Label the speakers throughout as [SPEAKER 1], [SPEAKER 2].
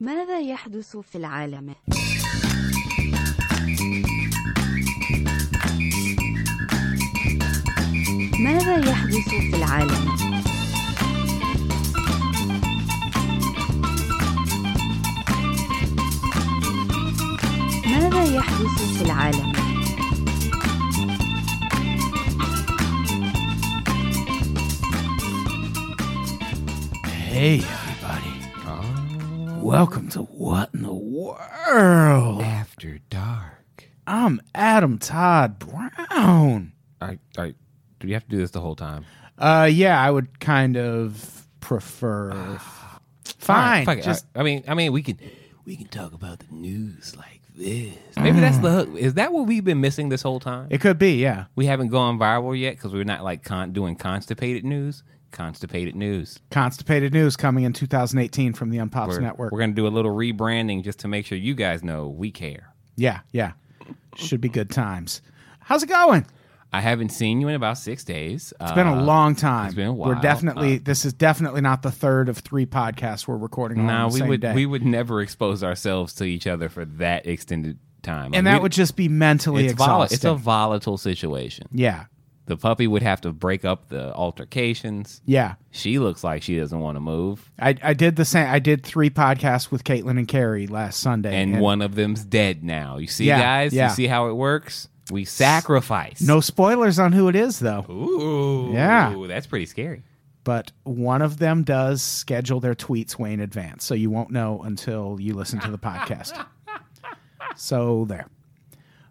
[SPEAKER 1] ماذا يحدث في العالم؟ ماذا يحدث في العالم؟ ماذا يحدث في العالم؟
[SPEAKER 2] Hey, everybody. Welcome to What in the World?
[SPEAKER 3] After dark.
[SPEAKER 2] I'm Adam Todd Brown.
[SPEAKER 3] I, I, do you have to do this the whole time?
[SPEAKER 2] Uh, yeah, I would kind of prefer. Fine,
[SPEAKER 3] Ah, Fuck it.
[SPEAKER 2] just
[SPEAKER 3] I, I mean, I mean, we can, we can talk about the news like this. Maybe that's the hook. Is that what we've been missing this whole time?
[SPEAKER 2] it could be, yeah.
[SPEAKER 3] we haven't gone viral yet because we're not like con- doing constipated news. Constipated news.
[SPEAKER 2] Constipated news coming in 2018 from the Unpops
[SPEAKER 3] We're,
[SPEAKER 2] Network.
[SPEAKER 3] we're gonna do a little rebranding just to make sure you guys know we care.
[SPEAKER 2] yeah, yeah, should be good times. How's it going?
[SPEAKER 3] I haven't seen you in about six days. Uh,
[SPEAKER 2] It's been a long time.
[SPEAKER 3] it's been a
[SPEAKER 2] We're
[SPEAKER 3] while. Uh,
[SPEAKER 2] definitely. this is definitely not the third of three podcasts we're recording.
[SPEAKER 3] Nah,
[SPEAKER 2] on the
[SPEAKER 3] we
[SPEAKER 2] same
[SPEAKER 3] would
[SPEAKER 2] day.
[SPEAKER 3] we would never expose ourselves to each other for that extended time.
[SPEAKER 2] and
[SPEAKER 3] Like,
[SPEAKER 2] that
[SPEAKER 3] we-
[SPEAKER 2] would just be mentally
[SPEAKER 3] it's vol-
[SPEAKER 2] exhausting.
[SPEAKER 3] it's a volatile situation.
[SPEAKER 2] yeah,
[SPEAKER 3] The puppy would have to break up the altercations.
[SPEAKER 2] yeah.
[SPEAKER 3] She looks like she doesn't want to move,
[SPEAKER 2] I, I did the same. I did three podcasts with Caitlin and Carrie last Sunday,
[SPEAKER 3] and, one of them's dead now. You see,
[SPEAKER 2] Yeah,
[SPEAKER 3] guys,
[SPEAKER 2] yeah.
[SPEAKER 3] you see how it works. We sacrifice.
[SPEAKER 2] No spoilers on who it is though,
[SPEAKER 3] Ooh.
[SPEAKER 2] Yeah.
[SPEAKER 3] That's pretty scary.
[SPEAKER 2] but one of them does schedule their tweets way in advance, so you won't know until you listen to the podcast. So there.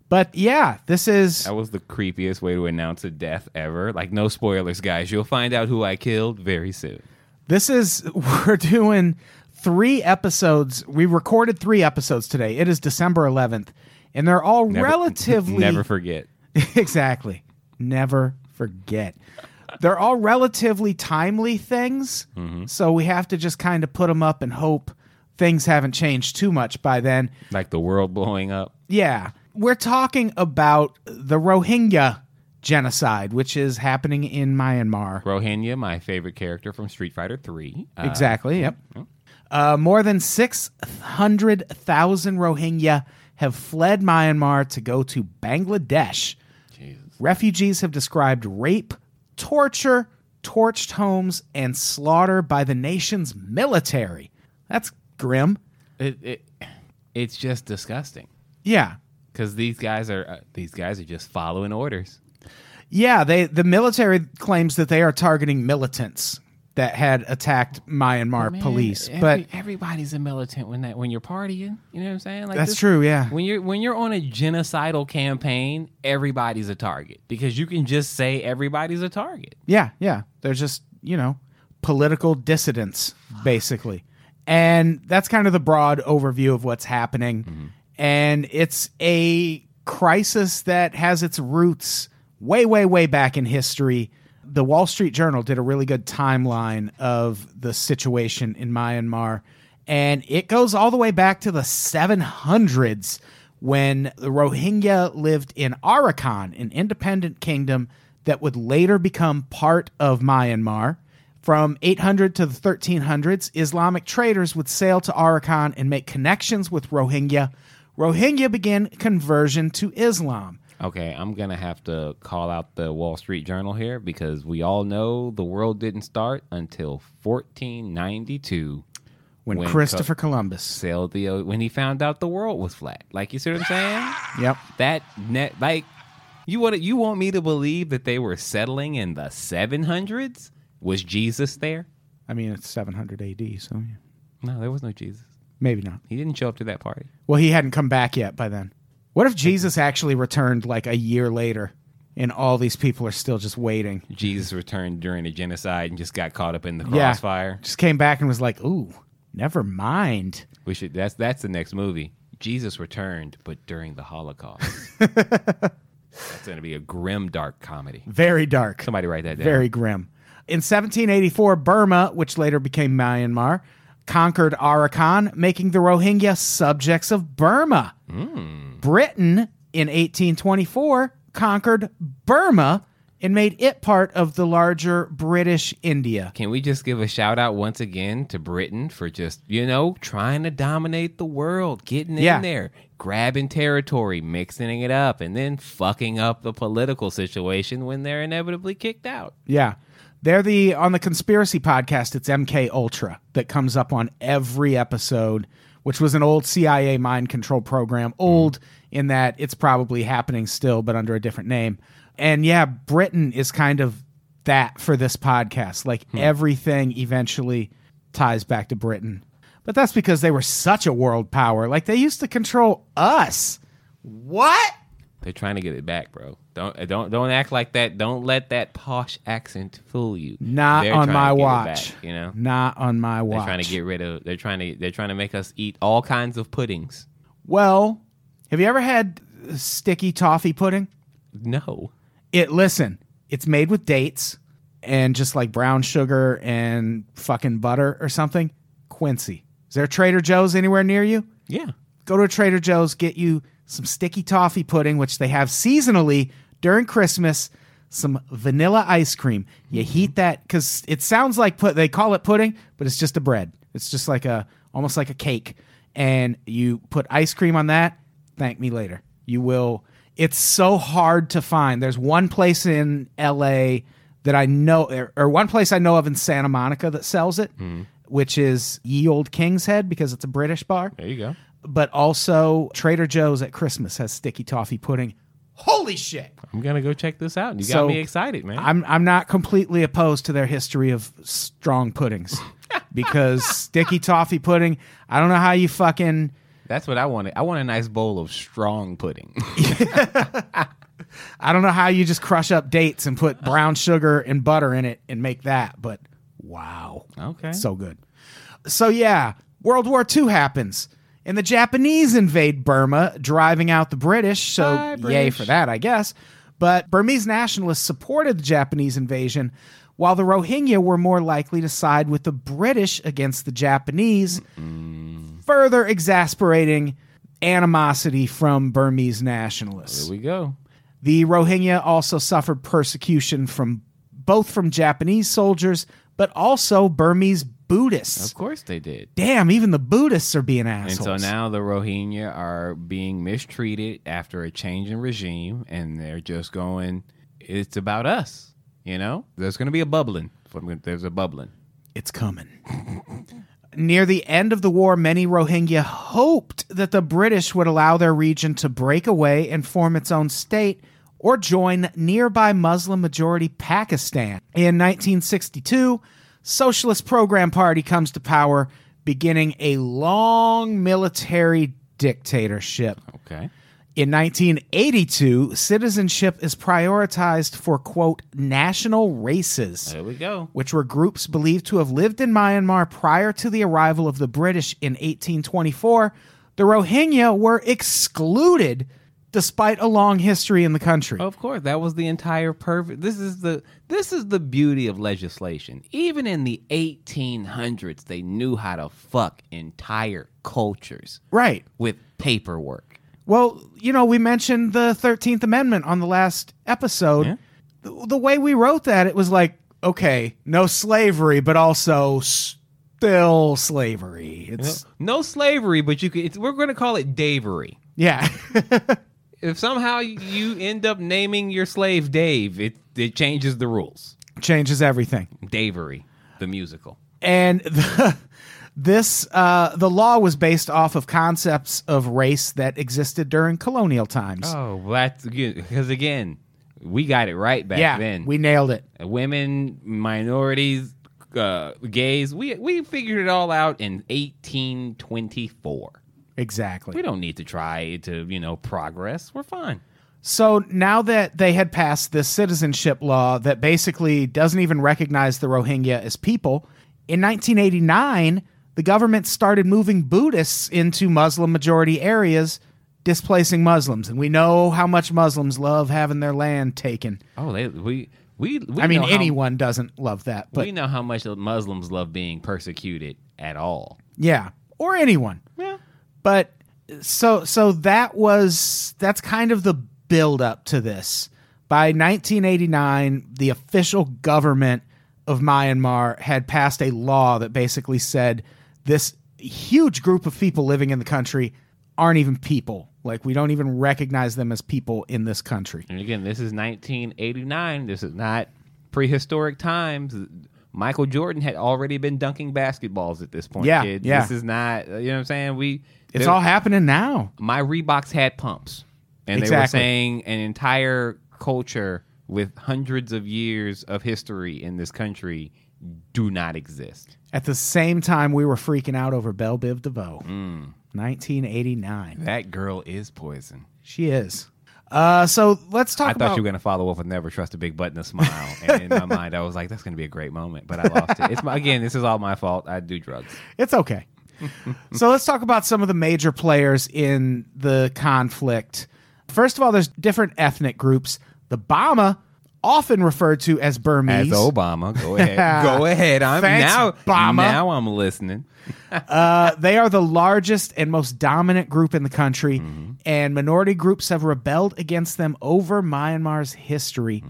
[SPEAKER 2] But yeah, this is
[SPEAKER 3] That was the creepiest way to announce a death ever. Like, no spoilers, guys. You'll find out who I killed very soon.
[SPEAKER 2] this is we're doing three episodes. We recorded three episodes today. It is December 11th, and they're all relatively
[SPEAKER 3] Never forget.
[SPEAKER 2] exactly. Never forget. They're all relatively timely things, so we have to just kind of put them up and hope things haven't changed too much by then.
[SPEAKER 3] Like the world blowing up.
[SPEAKER 2] Yeah, we're talking about the Rohingya genocide, which is happening in Myanmar.
[SPEAKER 3] Rohingya, my favorite character from Street Fighter 3. Uh,
[SPEAKER 2] Exactly. Yep. Uh, more than 600,000 Rohingya have fled Myanmar to go to Bangladesh. Refugees have described rape, torture, torched homes, and slaughter by the nation's military. That's grim.
[SPEAKER 3] it, it, it's just disgusting.
[SPEAKER 2] Yeah.
[SPEAKER 3] because these guys are uh, these guys are just following orders.
[SPEAKER 2] Yeah, they the military claims that they are targeting militants that had attacked Myanmar police. but
[SPEAKER 3] everybody's a militant when that when you're partying. You know what I'm saying? Like
[SPEAKER 2] That's true, yeah.
[SPEAKER 3] When you're when you're on a genocidal campaign, everybody's a target because you can just say everybody's a target.
[SPEAKER 2] Yeah, yeah. They're just, you know, political dissidents, basically. And that's kind of the broad overview of what's happening. And it's a crisis that has its roots way, way, way back in history. The Wall Street Journal did a really good timeline of the situation in Myanmar. And it goes all the way back to the 700s when the Rohingya lived in Arakan, an independent kingdom that would later become part of Myanmar. From 800 to the 1300s, Islamic traders would sail to Arakan and make connections with Rohingya. Rohingya began conversion to Islam.
[SPEAKER 3] Okay, I'm gonna have to call out the Wall Street Journal here because we all know the world didn't start until 1492
[SPEAKER 2] When,
[SPEAKER 3] When
[SPEAKER 2] Christopher Columbus.
[SPEAKER 3] sailed the o- when he found out the world was flat. Like you see what I'm saying?
[SPEAKER 2] Yep.
[SPEAKER 3] that net like you want you want me to believe that they were settling in the 700s was jesus there
[SPEAKER 2] I mean, it's 700 AD, so yeah.
[SPEAKER 3] no there was no jesus
[SPEAKER 2] maybe not.
[SPEAKER 3] he didn't show up to that party
[SPEAKER 2] Well, he hadn't come back yet by then. What if Jesus actually returned like a year later and all these people are still just waiting?
[SPEAKER 3] jesus returned during a genocide and just got caught up in the
[SPEAKER 2] Yeah.
[SPEAKER 3] crossfire
[SPEAKER 2] Just came back and was like, ooh, never mind.
[SPEAKER 3] we should that's that's the next movie jesus returned but during the holocaust that's gonna be a grim dark comedy
[SPEAKER 2] Very dark.
[SPEAKER 3] somebody write that down
[SPEAKER 2] Very grim. In 1784, Burma, which later became Myanmar, conquered Arakan, making the Rohingya subjects of Burma. Britain in 1824 conquered Burma and made it part of the larger British India.
[SPEAKER 3] Can we just give a shout out once again to Britain for just, you know, trying to dominate the world, getting
[SPEAKER 2] Yeah.
[SPEAKER 3] in there, grabbing territory, mixing it up, and then fucking up the political situation when they're inevitably kicked out?
[SPEAKER 2] Yeah. They're the on the conspiracy podcast, it's MK Ultra that comes up on every episode, which was an old CIA mind control program, old
[SPEAKER 3] Mm-hmm.
[SPEAKER 2] in that it's probably happening still, but under a different name. And yeah, Britain is kind of that for this podcast. Like
[SPEAKER 3] Hmm.
[SPEAKER 2] everything eventually ties back to Britain. But that's because they were such a world power. Like they used to control us. What?
[SPEAKER 3] They're trying to get it back, bro. Don't uh, don't don't act like that. Don't let that posh accent fool you.
[SPEAKER 2] Not
[SPEAKER 3] They're
[SPEAKER 2] on
[SPEAKER 3] trying
[SPEAKER 2] my
[SPEAKER 3] to get it
[SPEAKER 2] watch.
[SPEAKER 3] back, you know,
[SPEAKER 2] Not on my watch.
[SPEAKER 3] they're trying to get rid of. They're trying to. They're trying to make us eat all kinds of puddings.
[SPEAKER 2] Well, have you ever had sticky toffee pudding?
[SPEAKER 3] No,
[SPEAKER 2] It listen, it's made with dates and just like brown sugar and fucking butter or something. Quincy. Is there a Trader Joe's anywhere near you?
[SPEAKER 3] yeah,
[SPEAKER 2] Go to a Trader Joe's, get you some sticky toffee pudding, which they have seasonally during Christmas, some vanilla ice cream. You heat that because it sounds like put they call it pudding, but it's just a bread. It's just like a almost like a cake. And you put ice cream on that, thank me later. You will it's so hard to find. There's one place in LA that I know or- or one place I know of in Santa Monica that sells it, which is Ye Old King's Head because it's a British bar
[SPEAKER 3] there you go.
[SPEAKER 2] but also Trader Joe's at Christmas has sticky toffee pudding. Holy shit!
[SPEAKER 3] I'm gonna go check this out. You got
[SPEAKER 2] So,
[SPEAKER 3] me excited, man.
[SPEAKER 2] I'm I'm not completely opposed to their history of strong puddings because sticky toffee pudding. I don't know how you fucking.
[SPEAKER 3] That's what I wanted. I want a nice bowl of strong pudding.
[SPEAKER 2] I don't know how you just crush up dates and put brown sugar and butter in it and make that. But wow,
[SPEAKER 3] okay.
[SPEAKER 2] so good. So yeah, World War II happens. And the Japanese invade Burma, driving out the British. So
[SPEAKER 3] Bye,
[SPEAKER 2] yay
[SPEAKER 3] British.
[SPEAKER 2] for that, I guess. But Burmese nationalists supported the Japanese invasion, while the Rohingya were more likely to side with the British against the Japanese, further exasperating animosity from Burmese nationalists.
[SPEAKER 3] Here we go.
[SPEAKER 2] The Rohingya also suffered persecution from both from Japanese soldiers, but also Burmese Buddhists.
[SPEAKER 3] Of course they did.
[SPEAKER 2] Damn, even the Buddhists are being
[SPEAKER 3] And
[SPEAKER 2] assholes.
[SPEAKER 3] so now the Rohingya are being mistreated after a change in regime, and they're just going, it's about us. You know, there's going to be a bubbling. There's a bubbling.
[SPEAKER 2] it's coming. Near the end of the war, many Rohingya hoped that the British would allow their region to break away and form its own state or join nearby Muslim majority Pakistan. In 1962, Socialist Program Party comes to power, beginning a long military dictatorship.
[SPEAKER 3] Okay.
[SPEAKER 2] In 1982, citizenship is prioritized for quote national races
[SPEAKER 3] There we go.
[SPEAKER 2] which were groups believed to have lived in Myanmar prior to the arrival of the British in 1824, the Rohingya were excluded despite a long history in the country.
[SPEAKER 3] Of course, that was the entire perfect. This is the this is the beauty of legislation. Even in the 1800s, they knew how to fuck entire cultures
[SPEAKER 2] Right.
[SPEAKER 3] with paperwork.
[SPEAKER 2] Well, you know, we mentioned the 13th Amendment on the last episode.
[SPEAKER 3] Yeah.
[SPEAKER 2] The, the way we wrote that, it was like, okay, no slavery, but also still slavery. It's,
[SPEAKER 3] No slavery, but you could. It's, we're going to call it davery.
[SPEAKER 2] yeah.
[SPEAKER 3] If somehow you end up naming your slave Dave, it it changes the rules.
[SPEAKER 2] Changes everything.
[SPEAKER 3] Davery, the musical.
[SPEAKER 2] and the, this uh, the law was based off of concepts of race that existed during colonial times.
[SPEAKER 3] Oh, well, that's because again, we got it right back
[SPEAKER 2] yeah,
[SPEAKER 3] then.
[SPEAKER 2] we nailed it.
[SPEAKER 3] women, minorities, uh, gays. We we figured it all out in 1824. We
[SPEAKER 2] Exactly.
[SPEAKER 3] don't need to try to you know progress. We're fine.
[SPEAKER 2] So now that they had passed this citizenship law that basically doesn't even recognize the Rohingya as people, in 1989, the government started moving Buddhists into Muslim majority areas, displacing Muslims. And we know how much Muslims love having their land taken.
[SPEAKER 3] Oh, they, we we, we
[SPEAKER 2] I mean,
[SPEAKER 3] know how-
[SPEAKER 2] anyone doesn't love that, but
[SPEAKER 3] we know how much Muslims love being persecuted at all.
[SPEAKER 2] Yeah, or anyone.
[SPEAKER 3] Yeah.
[SPEAKER 2] But so so that was that's kind of the build up to this. By 1989, the official government of Myanmar had passed a law that basically said this huge group of people living in the country aren't even people. Like, we don't even recognize them as people in this country.
[SPEAKER 3] And again, this is 1989. This is not prehistoric times. Michael Jordan had already been dunking basketballs at this point.
[SPEAKER 2] Yeah,
[SPEAKER 3] kid.
[SPEAKER 2] yeah.
[SPEAKER 3] This is not. uh, You know what I'm saying? We.
[SPEAKER 2] It's
[SPEAKER 3] there-
[SPEAKER 2] all happening now.
[SPEAKER 3] my Reeboks had pumps, and they were
[SPEAKER 2] Exactly.
[SPEAKER 3] saying an entire culture with hundreds of years of history in this country do not exist.
[SPEAKER 2] At the same time, we were freaking out over Belle Biv DeVoe. 1989.
[SPEAKER 3] That girl is poison.
[SPEAKER 2] She is. Uh, so let's talk
[SPEAKER 3] I
[SPEAKER 2] about.
[SPEAKER 3] thought you were going to follow up with "Never Trust a Big Butt and a Smile," and in my mind, I was like, "That's going to be a great moment," but I lost it. It's my, again, this is all my fault. I do drugs.
[SPEAKER 2] It's okay. so let's talk about some of the major players in the conflict. First of all, there's different ethnic groups. The Bama, often referred to as Burmese,
[SPEAKER 3] As Obama, go ahead, go ahead. I'm
[SPEAKER 2] Thanks,
[SPEAKER 3] now,
[SPEAKER 2] Obama.
[SPEAKER 3] now I'm listening.
[SPEAKER 2] uh, they are the largest and most dominant group in the country, and minority groups have rebelled against them over Myanmar's history.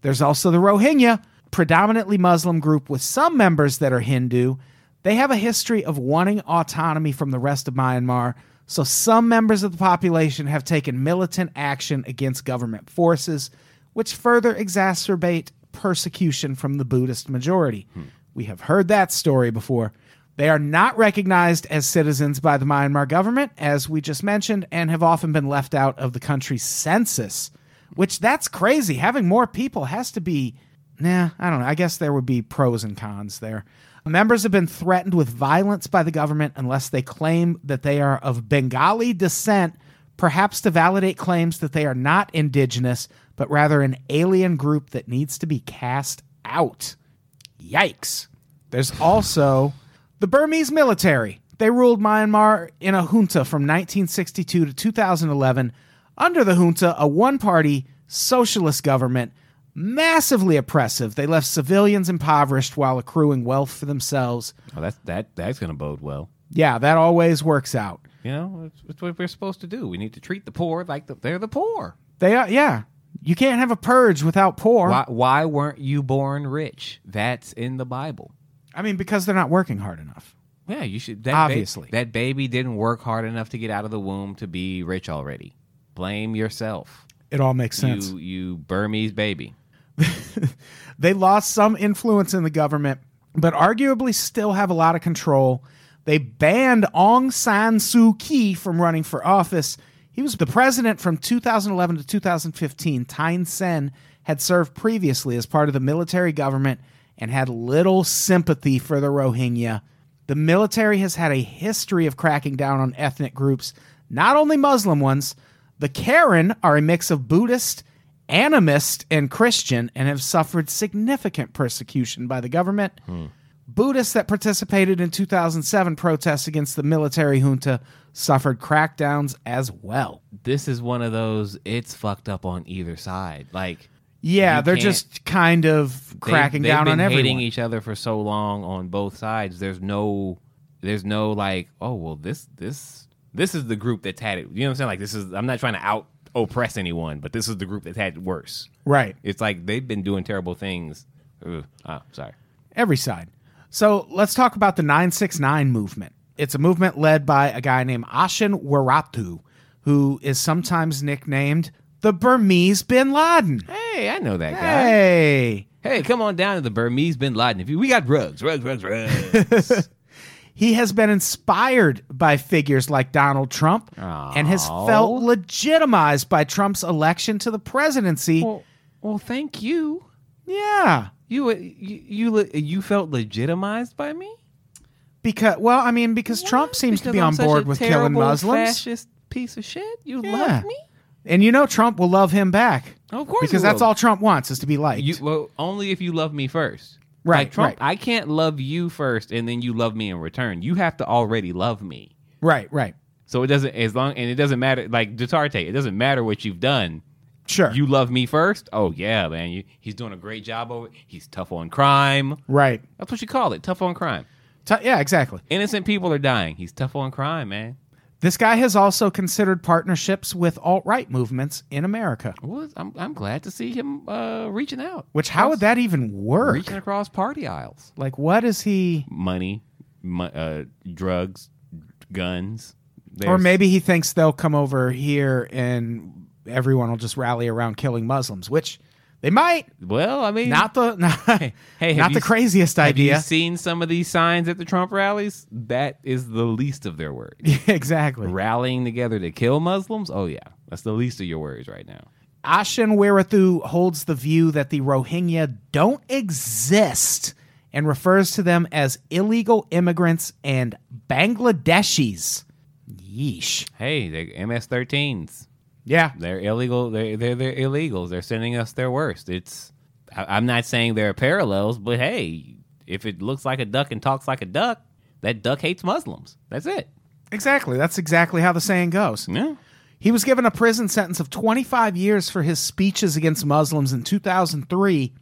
[SPEAKER 2] There's also the Rohingya, predominantly Muslim group with some members that are Hindu. They have a history of wanting autonomy from the rest of Myanmar, so some members of the population have taken militant action against government forces, which further exacerbate persecution from the Buddhist majority. We have heard that story before. They are not recognized as citizens by the Myanmar government, as we just mentioned, and have often been left out of the country's census, which that's crazy. Having more people has to be, nah, I don't know. I guess there would be pros and cons there. Members have been threatened with violence by the government unless they claim that they are of Bengali descent, perhaps to validate claims that they are not indigenous, but rather an alien group that needs to be cast out. Yikes. There's also the Burmese military. They ruled Myanmar in a junta from 1962 to 2011. Under the junta, a one party socialist government, massively oppressive. They left civilians impoverished while accruing wealth for themselves.
[SPEAKER 3] Oh, that's that. That's going to bode well.
[SPEAKER 2] Yeah, that always works out.
[SPEAKER 3] You know, it's, it's what we're supposed to do. We need to treat the poor like the, they're the poor.
[SPEAKER 2] They are, yeah. You can't have a purge without poor.
[SPEAKER 3] Why, why weren't you born rich? That's in the Bible.
[SPEAKER 2] I mean, because they're not working hard enough.
[SPEAKER 3] Yeah, you should. That ba-
[SPEAKER 2] Obviously.
[SPEAKER 3] that baby didn't work hard enough to get out of the womb to be rich already. Blame yourself.
[SPEAKER 2] It all makes sense.
[SPEAKER 3] You, you Burmese baby.
[SPEAKER 2] They lost some influence in the government, but arguably still have a lot of control. They banned Aung San Suu Kyi from running for office. He was the president from 2011 to 2015. Thein Sen had served previously as part of the military government and had little sympathy for the Rohingya. The military has had a history of cracking down on ethnic groups, not only Muslim ones. The Karen are a mix of Buddhist animist and Christian and have suffered significant persecution by the government. Buddhists that participated in 2007 protests against the military junta suffered crackdowns as well.
[SPEAKER 3] This is one of those. It's fucked up on either side. Like
[SPEAKER 2] Yeah,
[SPEAKER 3] You
[SPEAKER 2] they're
[SPEAKER 3] can't-
[SPEAKER 2] just kind of
[SPEAKER 3] they-
[SPEAKER 2] cracking
[SPEAKER 3] they've
[SPEAKER 2] down
[SPEAKER 3] been
[SPEAKER 2] on
[SPEAKER 3] Hating
[SPEAKER 2] everyone.
[SPEAKER 3] each other for so long on both sides. There's no. There's no like. Oh well, this this this is the group that's had it. You know what I'm saying? Like this is. I'm not trying to out oppress anyone, but this is the group that's had it worse.
[SPEAKER 2] right.
[SPEAKER 3] It's like they've been doing terrible things. Ugh. Ah, sorry.
[SPEAKER 2] every side. So let's talk about the 969 movement. It's a movement led by a guy named Ashin Waratu, who is sometimes nicknamed the Burmese bin Laden.
[SPEAKER 3] Hey, I know that guy.
[SPEAKER 2] Hey.
[SPEAKER 3] Hey, come on down to the Burmese Bin Laden. If you, we got rugs, rugs, rugs, rugs.
[SPEAKER 2] He has been inspired by figures like Donald Trump and has
[SPEAKER 3] Aw.
[SPEAKER 2] felt legitimized by Trump's election to the presidency.
[SPEAKER 3] well, well, thank you.
[SPEAKER 2] yeah.
[SPEAKER 3] You, uh, you, you, le- you felt legitimized by me.
[SPEAKER 2] Because well, I mean because Trump seems to
[SPEAKER 3] Because
[SPEAKER 2] be
[SPEAKER 3] I'm
[SPEAKER 2] on
[SPEAKER 3] such
[SPEAKER 2] board
[SPEAKER 3] a
[SPEAKER 2] with killing
[SPEAKER 3] terrible
[SPEAKER 2] Muslims.
[SPEAKER 3] Fascist piece of shit. You
[SPEAKER 2] Yeah.
[SPEAKER 3] love me.
[SPEAKER 2] And you know Trump will love him back.
[SPEAKER 3] Of course,
[SPEAKER 2] because
[SPEAKER 3] you
[SPEAKER 2] that's
[SPEAKER 3] will.
[SPEAKER 2] all Trump wants is to be liked.
[SPEAKER 3] You well, only if you love me first.
[SPEAKER 2] Right,
[SPEAKER 3] Like Trump,
[SPEAKER 2] right.
[SPEAKER 3] I can't love you first, and then you love me in return. You have to already love me.
[SPEAKER 2] right, right.
[SPEAKER 3] So it doesn't as long and it doesn't matter like Duterte, it doesn't matter what you've done.
[SPEAKER 2] Sure.
[SPEAKER 3] You love me first? Oh yeah, man. You, he's doing a great job over. He's tough on crime.
[SPEAKER 2] right.
[SPEAKER 3] That's what you call it, tough on crime.
[SPEAKER 2] T- yeah, exactly.
[SPEAKER 3] Innocent people are dying. He's tough on crime, man.
[SPEAKER 2] This guy has also considered partnerships with alt right movements in America.
[SPEAKER 3] Well, I'm, I'm glad to see him uh, reaching out.
[SPEAKER 2] Which, how would that even work?
[SPEAKER 3] Reaching across party aisles.
[SPEAKER 2] Like, what is he?
[SPEAKER 3] Money, mu- uh, drugs, guns.
[SPEAKER 2] Or
[SPEAKER 3] There's-
[SPEAKER 2] maybe he thinks they'll come over here and everyone will just rally around killing Muslims, which they might.
[SPEAKER 3] Well, I mean,
[SPEAKER 2] Not the not,
[SPEAKER 3] Hey, have
[SPEAKER 2] not
[SPEAKER 3] you
[SPEAKER 2] the
[SPEAKER 3] s-
[SPEAKER 2] craziest
[SPEAKER 3] have
[SPEAKER 2] idea.
[SPEAKER 3] you seen some of these signs at the Trump rallies? That is the least of their worries.
[SPEAKER 2] exactly.
[SPEAKER 3] rallying together to kill Muslims? Oh yeah, that's the least of your worries right now.
[SPEAKER 2] Ashen Wirathu holds the view that the Rohingya don't exist and refers to them as illegal immigrants and Bangladeshis. Yeesh.
[SPEAKER 3] Hey, the MS-13s,
[SPEAKER 2] Yeah.
[SPEAKER 3] they're illegal. They're, they're they're illegals. They're sending us their worst. It's I, I'm not saying there are parallels, but hey, if it looks like a duck and talks like a duck, that duck hates Muslims. That's it.
[SPEAKER 2] Exactly. That's exactly how the saying goes.
[SPEAKER 3] Yeah.
[SPEAKER 2] He was given a prison sentence of 25 years for his speeches against Muslims in 2003,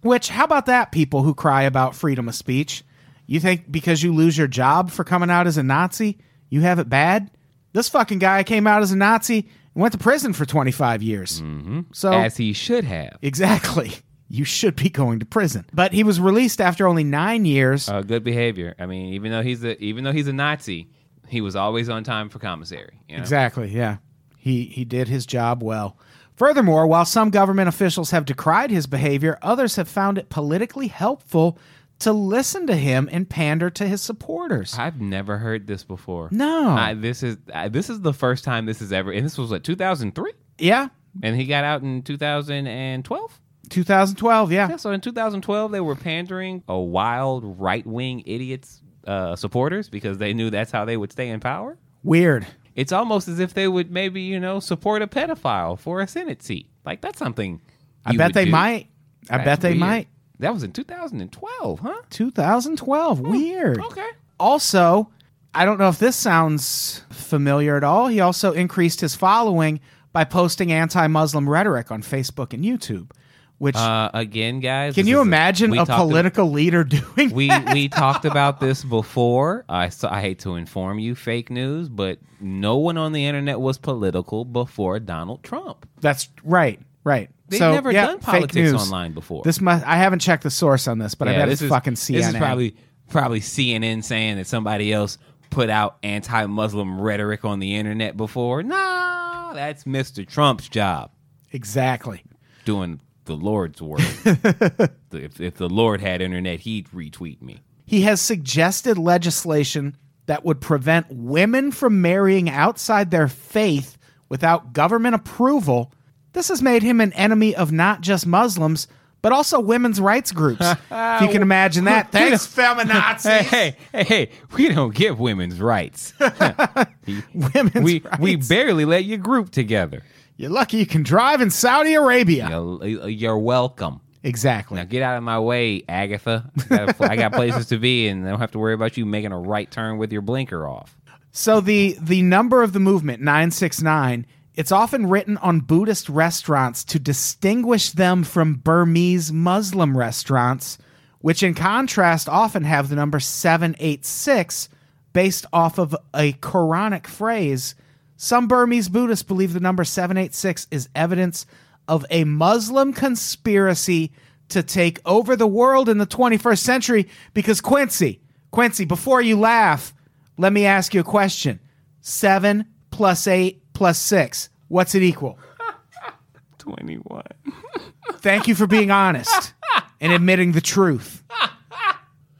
[SPEAKER 2] which, how about that, people who cry about freedom of speech? You think because you lose your job for coming out as a Nazi, you have it bad? This fucking guy came out as a Nazi and went to prison for 25 years. Mm-hmm. So,
[SPEAKER 3] As he should have.
[SPEAKER 2] exactly. You should be going to prison. But he was released after only nine years.
[SPEAKER 3] Uh, good behavior. I mean, even though he's a even though he's a Nazi, he was always on time for commissary. You know?
[SPEAKER 2] Exactly. Yeah. He he did his job well. Furthermore, while some government officials have decried his behavior, others have found it politically helpful to listen to him and pander to his supporters.
[SPEAKER 3] I've never heard this before.
[SPEAKER 2] No.
[SPEAKER 3] I, this is I, this is the first time this is ever, and this was what 2003,
[SPEAKER 2] yeah.
[SPEAKER 3] and he got out in 2012.
[SPEAKER 2] 2012, yeah.
[SPEAKER 3] Yeah, so in 2012 they were pandering a wild right wing idiots uh, supporters because they knew that's how they would stay in power.
[SPEAKER 2] Weird.
[SPEAKER 3] It's almost as if they would maybe you know support a pedophile for a senate seat. Like that's something.
[SPEAKER 2] I
[SPEAKER 3] you
[SPEAKER 2] bet
[SPEAKER 3] would
[SPEAKER 2] they
[SPEAKER 3] do.
[SPEAKER 2] might. I
[SPEAKER 3] That's
[SPEAKER 2] bet they
[SPEAKER 3] weird.
[SPEAKER 2] might.
[SPEAKER 3] That was in 2012, huh?
[SPEAKER 2] 2012. Weird.
[SPEAKER 3] Oh, Okay.
[SPEAKER 2] Also, I don't know if this sounds familiar at all. He also increased his following by posting anti-Muslim rhetoric on Facebook and YouTube, which
[SPEAKER 3] Uh, again, guys,
[SPEAKER 2] Can
[SPEAKER 3] this
[SPEAKER 2] you
[SPEAKER 3] is
[SPEAKER 2] imagine
[SPEAKER 3] we
[SPEAKER 2] a
[SPEAKER 3] talked ab-
[SPEAKER 2] political leader doing
[SPEAKER 3] we
[SPEAKER 2] that?
[SPEAKER 3] we talked about this before. I so I hate to inform you, fake news, but no one on the internet was political before Donald Trump.
[SPEAKER 2] That's right, right.
[SPEAKER 3] They've
[SPEAKER 2] so,
[SPEAKER 3] never
[SPEAKER 2] yeah,
[SPEAKER 3] done
[SPEAKER 2] fake
[SPEAKER 3] politics
[SPEAKER 2] news.
[SPEAKER 3] online before.
[SPEAKER 2] This must, I haven't checked the source on this, but I bet
[SPEAKER 3] this
[SPEAKER 2] it's
[SPEAKER 3] is-
[SPEAKER 2] fucking CNN.
[SPEAKER 3] This is probably probably CNN saying that somebody else put out anti-Muslim rhetoric on the internet before. No, that's Mr. Trump's job
[SPEAKER 2] exactly.
[SPEAKER 3] doing the Lord's work. if, if the Lord had internet, he'd retweet me.
[SPEAKER 2] He has suggested legislation that would prevent women from marrying outside their faith without government approval. This has made him an enemy of not just Muslims, but also women's rights groups. if you can imagine that. Thanks, feminazis.
[SPEAKER 3] Hey, hey, hey, hey, we don't give women's rights.
[SPEAKER 2] Women's
[SPEAKER 3] we
[SPEAKER 2] rights.
[SPEAKER 3] we barely let you group together.
[SPEAKER 2] You're lucky you can drive in Saudi Arabia.
[SPEAKER 3] You're, you're welcome.
[SPEAKER 2] Exactly.
[SPEAKER 3] Now get out of my way, Agatha. I got, I got places to be, and I don't have to worry about you making a right turn with your blinker off.
[SPEAKER 2] So the the number of the movement 969, it's often written on Buddhist restaurants to distinguish them from Burmese Muslim restaurants, which in contrast often have the number 786 based off of a Quranic phrase. Some Burmese Buddhists believe the number 786 is evidence of a Muslim conspiracy to take over the world in the 21st century because Quincy, Quincy, before you laugh, let me ask you a question. Seven plus eight plus six. What's it equal?
[SPEAKER 3] 21.
[SPEAKER 2] Thank you for being honest and admitting the truth.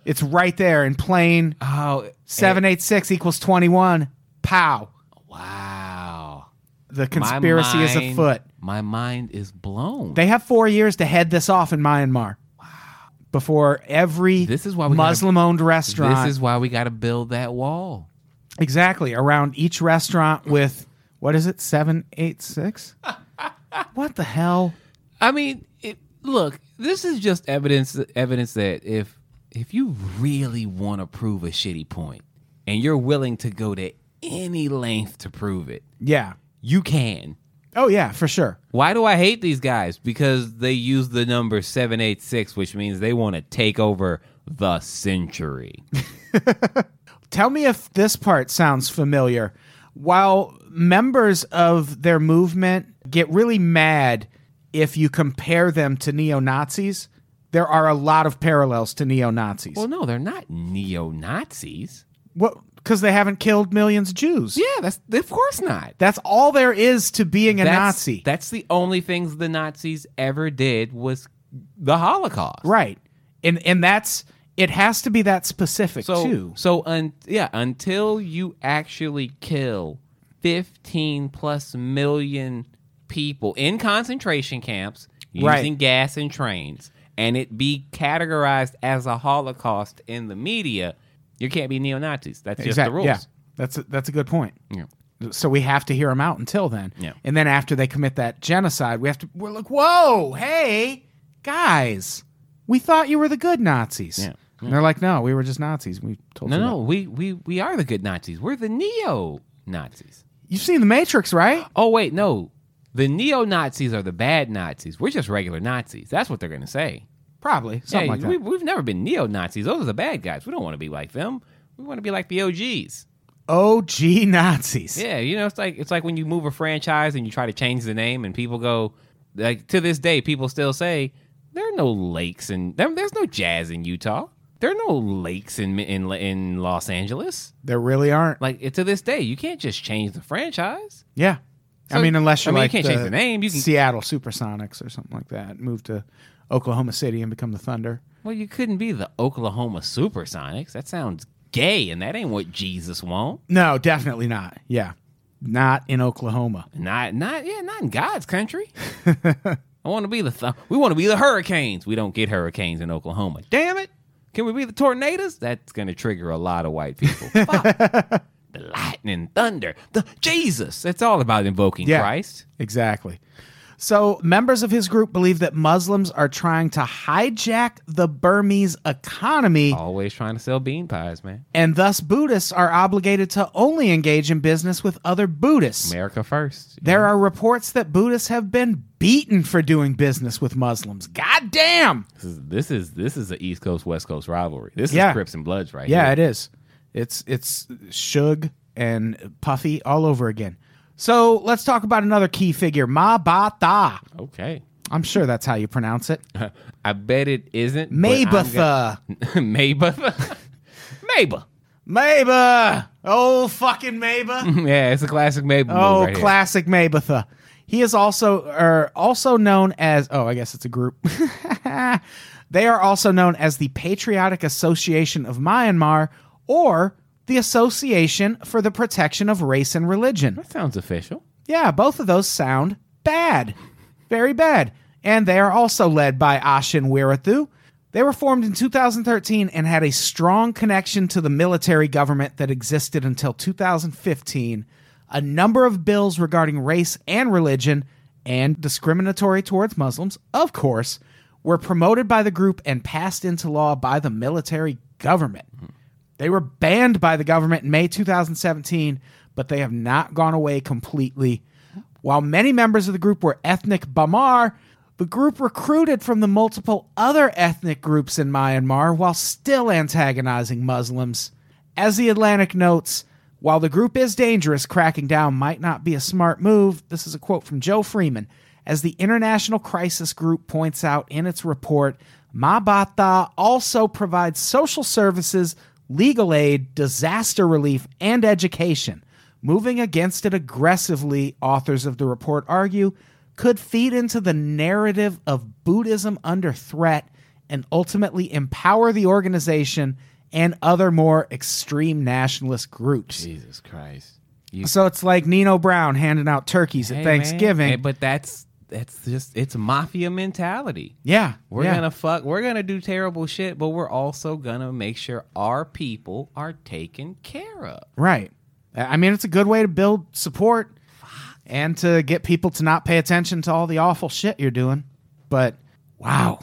[SPEAKER 2] It's right there in plain
[SPEAKER 3] Oh,
[SPEAKER 2] seven eight six equals twenty one. Pow.
[SPEAKER 3] wow.
[SPEAKER 2] The
[SPEAKER 3] My
[SPEAKER 2] conspiracy is
[SPEAKER 3] mind-
[SPEAKER 2] afoot.
[SPEAKER 3] My mind is blown.
[SPEAKER 2] They have four years to head this off in Myanmar. Wow. Before every
[SPEAKER 3] This is why we gotta-
[SPEAKER 2] Muslim owned restaurant
[SPEAKER 3] this is why we got to build that wall.
[SPEAKER 2] Exactly. Around each restaurant with what is it? Seven, eight, six? what the hell?
[SPEAKER 3] I mean, it, look, this is just evidence evidence that if if you really want to prove a shitty point and you're willing to go to any length to prove it,
[SPEAKER 2] Yeah.
[SPEAKER 3] you can.
[SPEAKER 2] Oh yeah, for sure.
[SPEAKER 3] Why do I hate these guys? Because they use the number 786, which means they want to take over the century.
[SPEAKER 2] Tell me if this part sounds familiar. while members of their movement get really mad if you compare them to neo Nazis, there are a lot of parallels to neo Nazis.
[SPEAKER 3] Well, no, they're not neo Nazis.
[SPEAKER 2] Well, because they haven't killed millions of Jews.
[SPEAKER 3] Yeah, that's of course not.
[SPEAKER 2] That's all there is to being a
[SPEAKER 3] That's-
[SPEAKER 2] Nazi.
[SPEAKER 3] That's the only things the Nazis ever did was the Holocaust.
[SPEAKER 2] right. And and that's it has to be that specific
[SPEAKER 3] So
[SPEAKER 2] too.
[SPEAKER 3] so un, yeah, until you actually kill 15 plus million people in concentration camps using
[SPEAKER 2] Right.
[SPEAKER 3] gas and trains and it be categorized as a Holocaust in the media, you can't be neo-Nazis. That's just the
[SPEAKER 2] Exact-
[SPEAKER 3] rules.
[SPEAKER 2] Yeah. That's a, that's a good point.
[SPEAKER 3] Yeah.
[SPEAKER 2] So we have to hear them out until then.
[SPEAKER 3] Yeah.
[SPEAKER 2] And then after they commit that genocide, we have to we're like, "Whoa, hey, guys. We thought you were the good Nazis."
[SPEAKER 3] Yeah.
[SPEAKER 2] And they're like, "No, we were just Nazis. We told
[SPEAKER 3] No,
[SPEAKER 2] you."
[SPEAKER 3] no,
[SPEAKER 2] that."
[SPEAKER 3] we, we we are the good Nazis. We're the neo-Nazis.
[SPEAKER 2] You've seen The Matrix, right?
[SPEAKER 3] Oh wait, no. The neo Nazis are the bad Nazis. We're just regular Nazis. That's what they're gonna say.
[SPEAKER 2] Probably. Something
[SPEAKER 3] Hey,
[SPEAKER 2] like that.
[SPEAKER 3] we, we've never been neo Nazis. Those are the bad guys. We don't want to be like them. We want to be like the OGs.
[SPEAKER 2] OG Nazis.
[SPEAKER 3] Yeah, you know, it's like it's like when you move a franchise and you try to change the name, and people go like to this day, people still say there are no lakes and there, there's no jazz in Utah. There are no lakes in in in Los Angeles.
[SPEAKER 2] There really aren't.
[SPEAKER 3] Like it- to this day, you can't just change the franchise.
[SPEAKER 2] Yeah. I
[SPEAKER 3] So-
[SPEAKER 2] mean, unless
[SPEAKER 3] I
[SPEAKER 2] you're
[SPEAKER 3] mean, you
[SPEAKER 2] like
[SPEAKER 3] can't change the name. You can-
[SPEAKER 2] Seattle Supersonics or something like that. Move to Oklahoma City and become the Thunder.
[SPEAKER 3] Well, you couldn't be the Oklahoma Supersonics. That sounds gay, and that ain't what Jesus want.
[SPEAKER 2] No, definitely not. Yeah, not in Oklahoma.
[SPEAKER 3] Not, not, yeah, not in God's country. I want to be the. Th- we want to be the hurricanes. We don't get hurricanes in Oklahoma. Damn it! Can we be the tornadoes? That's going to trigger a lot of white people. Fuck. the lightning, thunder, the Jesus. It's all about invoking
[SPEAKER 2] Yeah.
[SPEAKER 3] Christ.
[SPEAKER 2] Exactly. So members of his group believe that Muslims are trying to hijack the Burmese economy,
[SPEAKER 3] Always trying to sell bean pies, man.
[SPEAKER 2] and thus Buddhists are obligated to only engage in business with other Buddhists.
[SPEAKER 3] America first.
[SPEAKER 2] There are reports that Buddhists have been beaten for doing business with Muslims. God damn.
[SPEAKER 3] This is this is this is a East Coast West Coast rivalry. This
[SPEAKER 2] Yeah.
[SPEAKER 3] is Crips and Bloods right
[SPEAKER 2] Yeah,
[SPEAKER 3] here.
[SPEAKER 2] it is. It's it's Suge and Puffy all over again. So let's talk about another key figure, Ma Ba Tha.
[SPEAKER 3] Okay.
[SPEAKER 2] I'm sure that's how you pronounce it.
[SPEAKER 3] I bet it isn't. but I'm gonna-
[SPEAKER 2] Mabatha.
[SPEAKER 3] Maybeth. Maybeth.
[SPEAKER 2] Maba. Oh, fucking Maba.
[SPEAKER 3] Yeah, it's a classic Maybeth.
[SPEAKER 2] oh,
[SPEAKER 3] right here.
[SPEAKER 2] classic Mabatha. He is also er, also known as oh, I guess it's a group. they are also known as the Patriotic Association of Myanmar or the Association for the Protection of Race and Religion.
[SPEAKER 3] That sounds official.
[SPEAKER 2] Yeah, both of those sound bad. Very bad. And they are also led by Ashin Wirathu. They were formed in 2013 and had a strong connection to the military government that existed until 2015. A number of bills regarding race and religion and discriminatory towards Muslims, of course, were promoted by the group and passed into law by the military government. They were banned by the government in May 2017, but they have not gone away completely. While many members of the group were ethnic Bamar, the group recruited from the multiple other ethnic groups in Myanmar while still antagonizing Muslims. As the Atlantic notes, while the group is dangerous, cracking down might not be a smart move. This is a quote from Joe Freeman. As the International Crisis Group points out in its report, Mabatha also provides social services, legal aid, disaster relief, and education. Moving against it aggressively, authors of the report argue, could feed into the narrative of Buddhism under threat and ultimately empower the organization and other more extreme nationalist groups.
[SPEAKER 3] Jesus Christ. You,
[SPEAKER 2] So it's like Nino Brown handing out turkeys at
[SPEAKER 3] Hey,
[SPEAKER 2] Thanksgiving.
[SPEAKER 3] man. Hey, but that's that's just it's mafia mentality.
[SPEAKER 2] yeah,
[SPEAKER 3] We're
[SPEAKER 2] yeah.
[SPEAKER 3] gonna fuck. We're gonna do terrible shit, but we're also gonna make sure our people are taken care of.
[SPEAKER 2] right. I mean, it's a good way to build support and to get people to not pay attention to all the awful shit you're doing. But wow,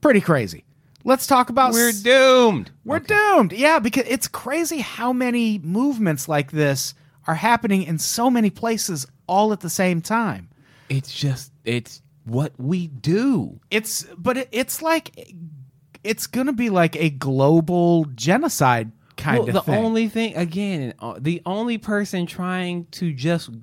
[SPEAKER 2] pretty crazy. Let's talk about
[SPEAKER 3] We're
[SPEAKER 2] s-
[SPEAKER 3] doomed.
[SPEAKER 2] We're doomed. Yeah, because it's crazy how many movements like this are happening in so many places all at the same time.
[SPEAKER 3] It's just it's what we do.
[SPEAKER 2] It's but it, it's like it's going to be like a global genocide kind
[SPEAKER 3] well,
[SPEAKER 2] of
[SPEAKER 3] the
[SPEAKER 2] thing.
[SPEAKER 3] only thing again, uh, the only person trying to just g-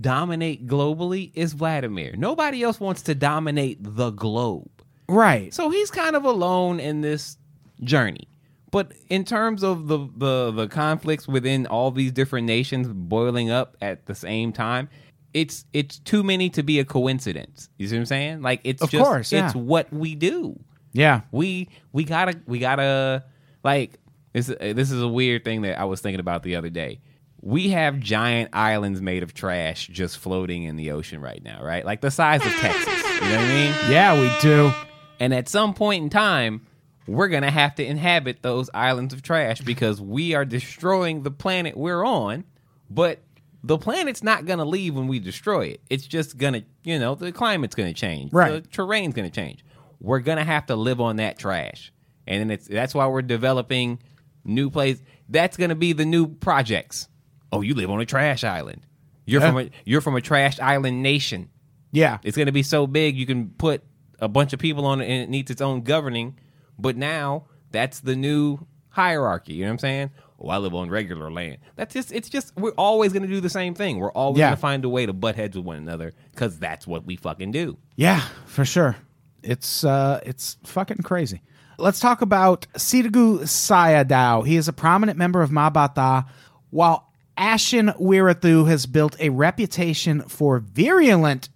[SPEAKER 3] dominate globally is Vladimir. Nobody else wants to dominate the globe,
[SPEAKER 2] right.
[SPEAKER 3] so he's kind of alone in this journey. But in terms of the the, the conflicts within all these different nations boiling up at the same time. It's it's too many to be a coincidence. You see what I'm saying? Like it's
[SPEAKER 2] Of
[SPEAKER 3] just
[SPEAKER 2] course, yeah.
[SPEAKER 3] it's what we do
[SPEAKER 2] yeah.
[SPEAKER 3] we we gotta we gotta like this uh, this is a weird thing that I was thinking about the other day. We have giant islands made of trash just floating in the ocean right now, right? Like the size of Texas. You know what I mean?
[SPEAKER 2] Yeah, we do.
[SPEAKER 3] And at some point in time, we're gonna have to inhabit those islands of trash because we are destroying the planet we're on, but the planet's not gonna leave when we destroy it. It's just gonna, you know, the climate's gonna change.
[SPEAKER 2] Right.
[SPEAKER 3] The terrain's gonna change. We're gonna have to live on that trash. And then it's that's why we're developing new places. That's gonna be the new projects. Oh, you live on a trash island. You're
[SPEAKER 2] Yeah.
[SPEAKER 3] from a you're from a trash island nation.
[SPEAKER 2] Yeah.
[SPEAKER 3] It's going to be so big you can put a bunch of people on it and it needs its own governing. But now that's the new hierarchy. You know what I'm saying? Oh, I live on regular land. That's just it's just we're always going to do the same thing. We're always
[SPEAKER 2] Yeah.
[SPEAKER 3] going to find a way to butt heads with one another because that's what we fucking do.
[SPEAKER 2] Yeah, for sure. It's uh it's fucking crazy. Let's talk about Sirgu Sayadaw. He is a prominent member of Mabata, while Ashen Wirathu has built a reputation for virulent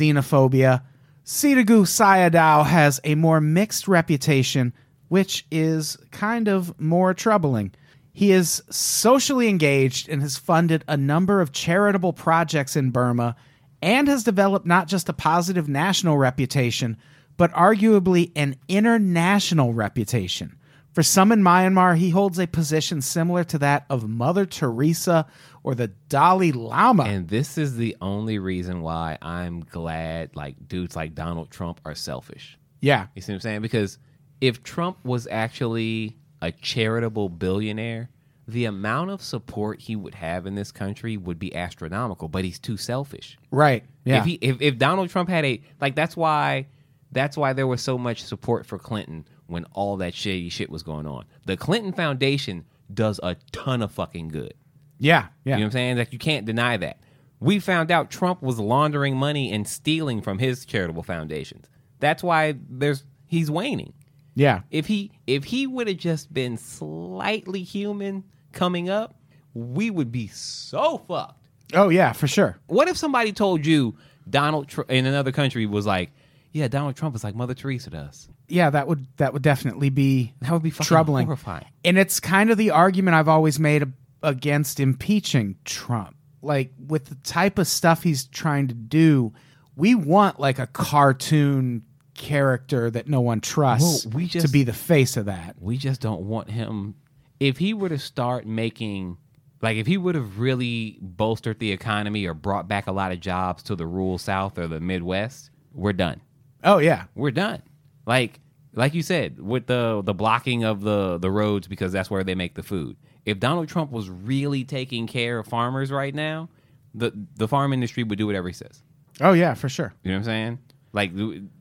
[SPEAKER 2] xenophobia. Sirgu Sayadaw has a more mixed reputation, which is kind of more troubling. He is socially engaged and has funded a number of charitable projects in Burma and has developed not just a positive national reputation, but arguably an international reputation. For some in Myanmar, he holds a position similar to that of Mother Teresa or the Dalai Lama.
[SPEAKER 3] And this is the only reason why I'm glad like dudes like Donald Trump are selfish.
[SPEAKER 2] yeah.
[SPEAKER 3] You see what I'm saying? Because if Trump was actually a charitable billionaire, the amount of support he would have in this country would be astronomical, but he's too selfish.
[SPEAKER 2] Right. Yeah.
[SPEAKER 3] If he if, if Donald Trump had a like that's why that's why there was so much support for Clinton when all that shady shit was going on. The Clinton Foundation does a ton of fucking good.
[SPEAKER 2] yeah. Yeah.
[SPEAKER 3] You know what I'm saying? Like you can't deny that. We found out Trump was laundering money and stealing from his charitable foundations. That's why there's he's waning.
[SPEAKER 2] yeah.
[SPEAKER 3] If he if he would have just been slightly human coming up, we would be so fucked.
[SPEAKER 2] Oh, yeah, for sure.
[SPEAKER 3] What if somebody told you Donald Tr- in another country was like, yeah, Donald Trump is like Mother Teresa to us.
[SPEAKER 2] yeah, that would that would definitely be
[SPEAKER 3] That would be fucking
[SPEAKER 2] troubling,
[SPEAKER 3] horrifying.
[SPEAKER 2] And it's kind of the argument I've always made ab- against impeaching Trump. Like with the type of stuff he's trying to do, we want like a cartoon character that no one trusts
[SPEAKER 3] Well, we
[SPEAKER 2] to
[SPEAKER 3] just-
[SPEAKER 2] be the face of that.
[SPEAKER 3] we just don't want him if he were to start making like if he would have really bolstered the economy or brought back a lot of jobs to the rural south or the midwest we're done
[SPEAKER 2] Oh yeah,
[SPEAKER 3] we're done like like you said with the the blocking of the the roads because that's where they make the food if donald trump was really taking care of farmers right now the the farm industry would do whatever he says
[SPEAKER 2] oh yeah, for sure.
[SPEAKER 3] you know what I'm saying? Like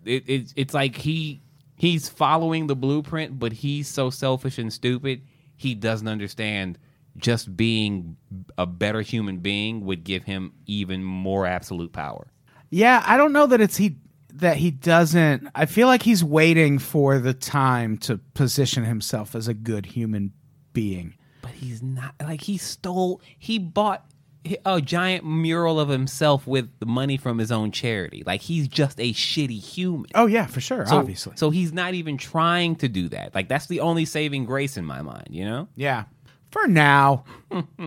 [SPEAKER 3] it, it it's like he he's following the blueprint, but he's so selfish and stupid he doesn't understand just being a better human being would give him even more absolute power.
[SPEAKER 2] Yeah, I don't know that it's he that he doesn't. I feel like he's waiting for the time to position himself as a good human being.
[SPEAKER 3] But he's not like he stole he bought a giant mural of himself with the money from his own charity. Like he's just a shitty human.
[SPEAKER 2] Oh yeah, for sure,
[SPEAKER 3] So-
[SPEAKER 2] obviously.
[SPEAKER 3] So he's not even trying to do that. Like that's the only saving grace in my mind, you know?
[SPEAKER 2] Yeah, for now.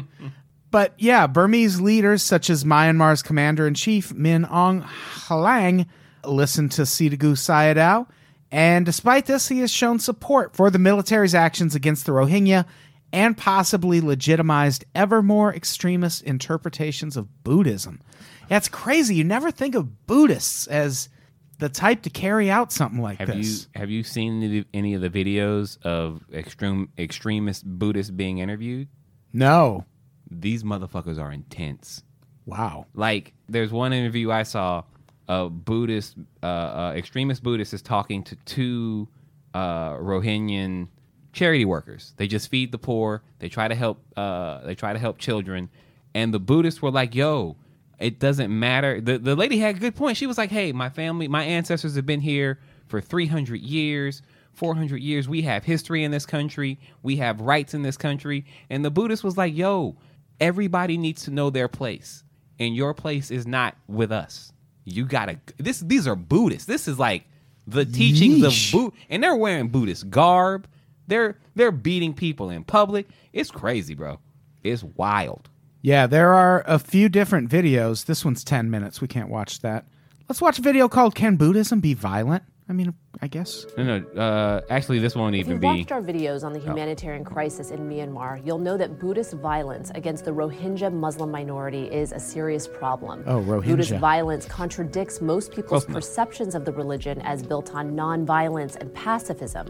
[SPEAKER 2] but yeah, Burmese leaders such as Myanmar's commander in chief Min Aung Hlaing listened to Sidgu Sayadaw, and despite this, he has shown support for the military's actions against the Rohingya and possibly legitimized ever more extremist interpretations of Buddhism. That's crazy. You never think of Buddhists as the type to carry out something like
[SPEAKER 3] Have
[SPEAKER 2] this.
[SPEAKER 3] you have you seen any, any of the videos of extreme extremist Buddhists being interviewed?
[SPEAKER 2] No.
[SPEAKER 3] These motherfuckers are intense.
[SPEAKER 2] Wow.
[SPEAKER 3] Like there's one interview I saw, a Buddhist uh, uh, extremist Buddhist is talking to two uh, Rohingyan charity workers. They just feed the poor. They try to help. Uh, they try to help children. And the Buddhists were like, "Yo, it doesn't matter." The the lady had a good point. She was like, "Hey, my family, my ancestors have been here for three hundred years." 400 years we have history in this country we have rights in this country and the buddhist was like yo everybody needs to know their place and your place is not with us you gotta this these are buddhists this is like the teachings
[SPEAKER 2] Yeesh.
[SPEAKER 3] of Bu- and they're wearing buddhist garb they're they're beating people in public it's crazy bro it's wild
[SPEAKER 2] Yeah, there are a few different videos. This one's 10 minutes. We can't watch that. Let's watch a video called Can Buddhism Be Violent? I mean, I guess.
[SPEAKER 3] no no uh actually this won't
[SPEAKER 4] If
[SPEAKER 3] even
[SPEAKER 4] you've
[SPEAKER 3] be Oh.
[SPEAKER 4] watched our videos on the humanitarian crisis in Myanmar, you'll know that Buddhist violence against the Rohingya Muslim minority is a serious problem.
[SPEAKER 2] Oh, Rohingya.
[SPEAKER 4] Buddhist violence contradicts most
[SPEAKER 3] Close
[SPEAKER 4] people's
[SPEAKER 3] enough.
[SPEAKER 4] perceptions of the religion as built on nonviolence and pacifism.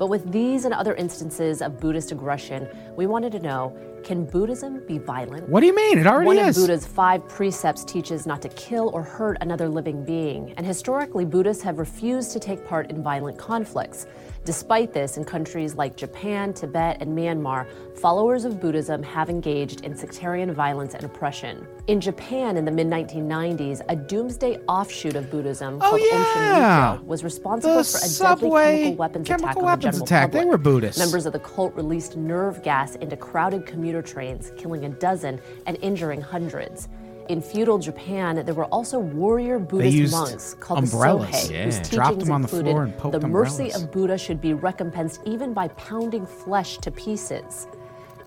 [SPEAKER 4] But with these and other instances of Buddhist aggression, we wanted to know can Buddhism be violent?
[SPEAKER 2] What do you mean? It
[SPEAKER 4] One
[SPEAKER 2] already
[SPEAKER 4] of
[SPEAKER 2] is.
[SPEAKER 4] Buddha's five precepts teaches not to kill or hurt another living being, and historically, Buddhists have refused to take part in violent conflicts. Despite this, in countries like Japan, Tibet, and Myanmar, followers of Buddhism have engaged in sectarian violence and oppression. In Japan in the mid 1990s, a doomsday offshoot of Buddhism
[SPEAKER 2] Oh,
[SPEAKER 4] called
[SPEAKER 2] yeah.
[SPEAKER 4] Enshin Mujo was responsible
[SPEAKER 2] The
[SPEAKER 4] for a
[SPEAKER 2] subway
[SPEAKER 4] deadly chemical weapons
[SPEAKER 2] chemical
[SPEAKER 4] attack on
[SPEAKER 2] weapons
[SPEAKER 4] the general
[SPEAKER 2] attack. They
[SPEAKER 4] public.
[SPEAKER 2] were Buddhists.
[SPEAKER 4] Members Members of the cult released nerve gas into crowded commuter trains, killing a dozen and injuring hundreds. In feudal Japan, there were also warrior
[SPEAKER 2] used
[SPEAKER 4] Buddhist monks called
[SPEAKER 2] umbrellas.
[SPEAKER 4] the Sohei,
[SPEAKER 3] Yeah.
[SPEAKER 4] whose
[SPEAKER 3] Dropped
[SPEAKER 4] teachings
[SPEAKER 2] them on the
[SPEAKER 4] included
[SPEAKER 2] floor and poked
[SPEAKER 4] the mercy
[SPEAKER 2] umbrellas.
[SPEAKER 4] of Buddha should be recompensed even by pounding flesh to pieces.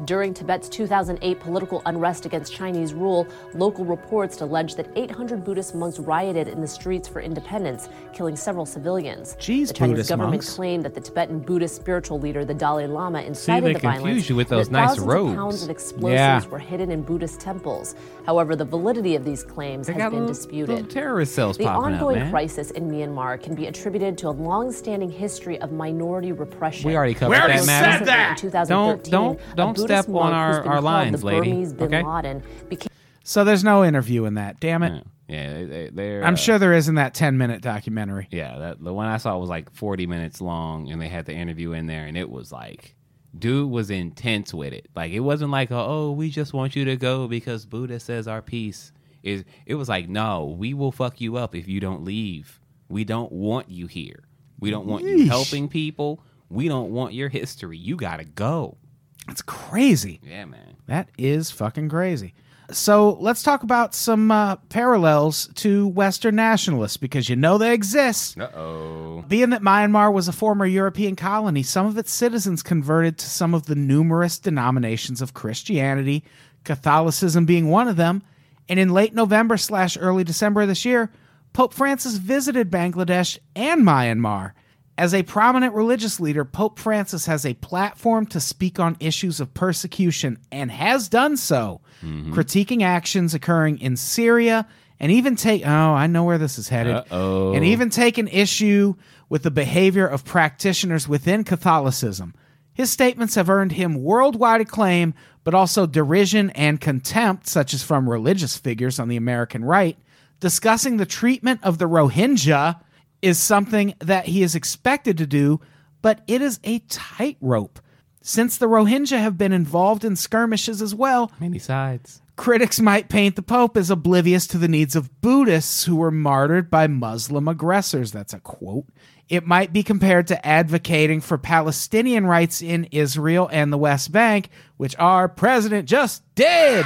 [SPEAKER 4] During Tibet's 2008 political unrest against Chinese rule, local reports alleged that 800 Buddhist monks rioted in the streets for independence, killing several civilians.
[SPEAKER 2] Jeez,
[SPEAKER 4] the Chinese
[SPEAKER 2] Buddhist
[SPEAKER 4] government
[SPEAKER 2] monks.
[SPEAKER 4] claimed that the Tibetan Buddhist spiritual leader, the Dalai Lama, incited
[SPEAKER 3] they
[SPEAKER 4] the violence.
[SPEAKER 3] confuse you with
[SPEAKER 4] and
[SPEAKER 3] those
[SPEAKER 4] that
[SPEAKER 3] nice
[SPEAKER 4] thousands
[SPEAKER 3] robes.
[SPEAKER 4] Of pounds of explosives
[SPEAKER 2] Yeah.
[SPEAKER 4] were hidden in Buddhist temples. However, the validity of these claims
[SPEAKER 3] they
[SPEAKER 4] has
[SPEAKER 3] got
[SPEAKER 4] been
[SPEAKER 3] little, little
[SPEAKER 4] disputed.
[SPEAKER 3] terrorist cells
[SPEAKER 4] The
[SPEAKER 3] popping up
[SPEAKER 4] ongoing
[SPEAKER 3] man
[SPEAKER 4] crisis in Myanmar can be attributed to a long-standing history of minority repression.
[SPEAKER 3] we already covered
[SPEAKER 2] We already
[SPEAKER 3] that matter
[SPEAKER 2] said that!
[SPEAKER 4] In
[SPEAKER 3] Don't-
[SPEAKER 4] 2013,
[SPEAKER 3] don't-
[SPEAKER 4] a
[SPEAKER 3] don't
[SPEAKER 4] Buddhist
[SPEAKER 3] step on
[SPEAKER 4] monk who's
[SPEAKER 3] our-
[SPEAKER 4] been
[SPEAKER 3] our
[SPEAKER 4] called
[SPEAKER 3] lines,
[SPEAKER 4] the
[SPEAKER 3] lady,
[SPEAKER 4] Burmese bin
[SPEAKER 3] okay?
[SPEAKER 4] Laden became
[SPEAKER 2] So there's no interview in that. Damn it.
[SPEAKER 3] yeah they, they, they're
[SPEAKER 2] I'm
[SPEAKER 3] uh,
[SPEAKER 2] sure there is in that 10 minute documentary.
[SPEAKER 3] Yeah, that, the one I saw was like 40 minutes long, and they had the interview in there, and it was like, dude was intense with it. Like, it wasn't like, a, oh, we just want you to go because Buddha says our peace is. It was like, no, we will fuck you up if you don't leave. We don't want you here. We don't want you
[SPEAKER 2] Yeesh.
[SPEAKER 3] helping people. We don't want your history. You gotta go.
[SPEAKER 2] It's crazy.
[SPEAKER 3] Yeah, man.
[SPEAKER 2] That is fucking crazy. So let's talk about some uh, parallels to Western nationalists because you know they exist.
[SPEAKER 3] Uh oh.
[SPEAKER 2] Being that Myanmar was a former European colony, some of its citizens converted to some of the numerous denominations of Christianity, Catholicism being one of them. And in late November slash early December of this year, Pope Francis visited Bangladesh and Myanmar. As a prominent religious leader, Pope Francis has a platform to speak on issues of persecution and has done so, critiquing actions occurring in Syria and even take oh, I know where this is headed.
[SPEAKER 3] Uh-oh.
[SPEAKER 2] And even even taken issue with the behavior of practitioners within Catholicism. His statements have earned him worldwide acclaim, but also derision and contempt, such as from religious figures on the American right. Discussing the treatment of the Rohingya is something that he is expected to do, but it is a tightrope. Since the Rohingya have been involved in skirmishes as well,
[SPEAKER 3] Many sides.
[SPEAKER 2] Critics might paint the Pope as oblivious to the needs of Buddhists who were martyred by Muslim aggressors. That's a quote. It might be compared to advocating for Palestinian rights in Israel and the West Bank, which our president just did.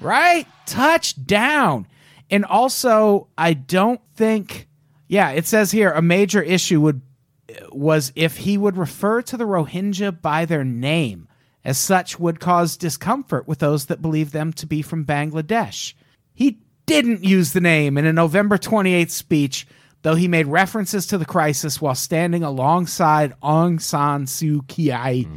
[SPEAKER 2] Right? Touchdown. And also, I don't think, yeah, it says here a major issue would was if he would refer to the Rohingya by their name, as such would cause discomfort with those that believe them to be from Bangladesh. He didn't use the name in a November 28th speech, though he made references to the crisis while standing alongside Aung San Suu Kyi.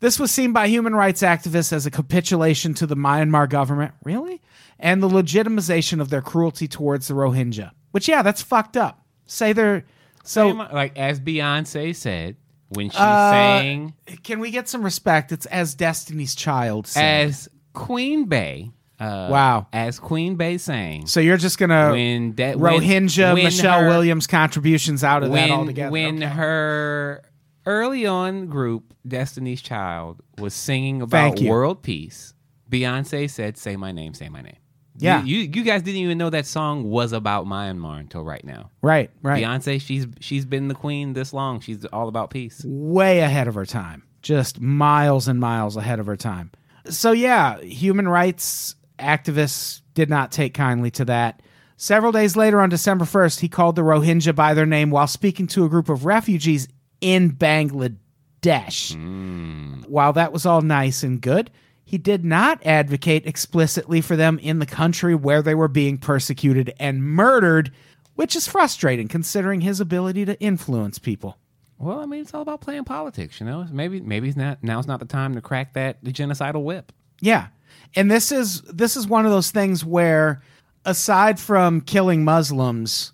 [SPEAKER 2] This was seen by human rights activists as a capitulation to the Myanmar government, really? And the legitimization of their cruelty towards the Rohingya. Which, yeah, that's fucked up. Say they're. So,
[SPEAKER 3] Like, as Beyonce said when she sang.
[SPEAKER 2] Can we get some respect? It's as Destiny's Child. said.
[SPEAKER 3] as Queen Bay. Uh,
[SPEAKER 2] Wow.
[SPEAKER 3] As Queen Bay sang.
[SPEAKER 2] so you're just gonna
[SPEAKER 3] When that- when-
[SPEAKER 2] Rohingya
[SPEAKER 3] when
[SPEAKER 2] Michelle
[SPEAKER 3] her-
[SPEAKER 2] Williams contributions out of that
[SPEAKER 3] when
[SPEAKER 2] altogether.
[SPEAKER 3] when
[SPEAKER 2] Okay.
[SPEAKER 3] her early on group Destiny's Child was singing about
[SPEAKER 2] Thank you.
[SPEAKER 3] world peace. Beyonce said, "Say my name, say my name."
[SPEAKER 2] Yeah.
[SPEAKER 3] you, you you guys didn't even know that song was about Myanmar until right now.
[SPEAKER 2] Right, right.
[SPEAKER 3] Beyonce, she's she's been the queen this long. She's all about peace.
[SPEAKER 2] way ahead of her time, just miles and miles ahead of her time. So, yeah, human rights activists did not take kindly to that. Several days later, on December 1st, he called the Rohingya by their name while speaking to a group of refugees in Bangladesh. While that was all nice and good, he did not advocate explicitly for them in the country where they were being persecuted and murdered, which is frustrating considering his ability to influence people.
[SPEAKER 3] Well, I mean, it's all about playing politics, you know. Maybe maybe it's not now's not the time to crack that the genocidal whip.
[SPEAKER 2] Yeah. And this is this is one of those things where aside from killing Muslims,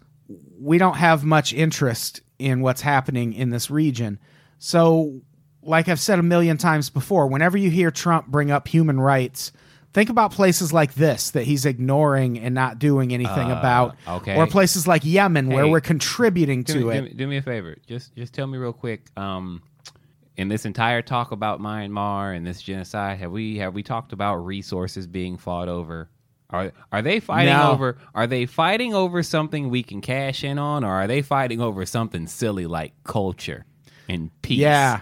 [SPEAKER 2] we don't have much interest in what's happening in this region. So like I've said a million times before, whenever you hear Trump bring up human rights, think about places like this that he's ignoring and not doing anything about
[SPEAKER 3] Uh, okay.
[SPEAKER 2] or places like Yemen where
[SPEAKER 3] Hey.
[SPEAKER 2] we're contributing to
[SPEAKER 3] do,
[SPEAKER 2] it.
[SPEAKER 3] me- do me- do me a favor. Just just tell me real quick. Um, in this entire talk about Myanmar and this genocide, have we have we talked about resources being fought over? Are are they fighting
[SPEAKER 2] No.
[SPEAKER 3] over? Are they fighting over something we can cash in on, or are they fighting over something silly like culture and peace
[SPEAKER 2] Yeah.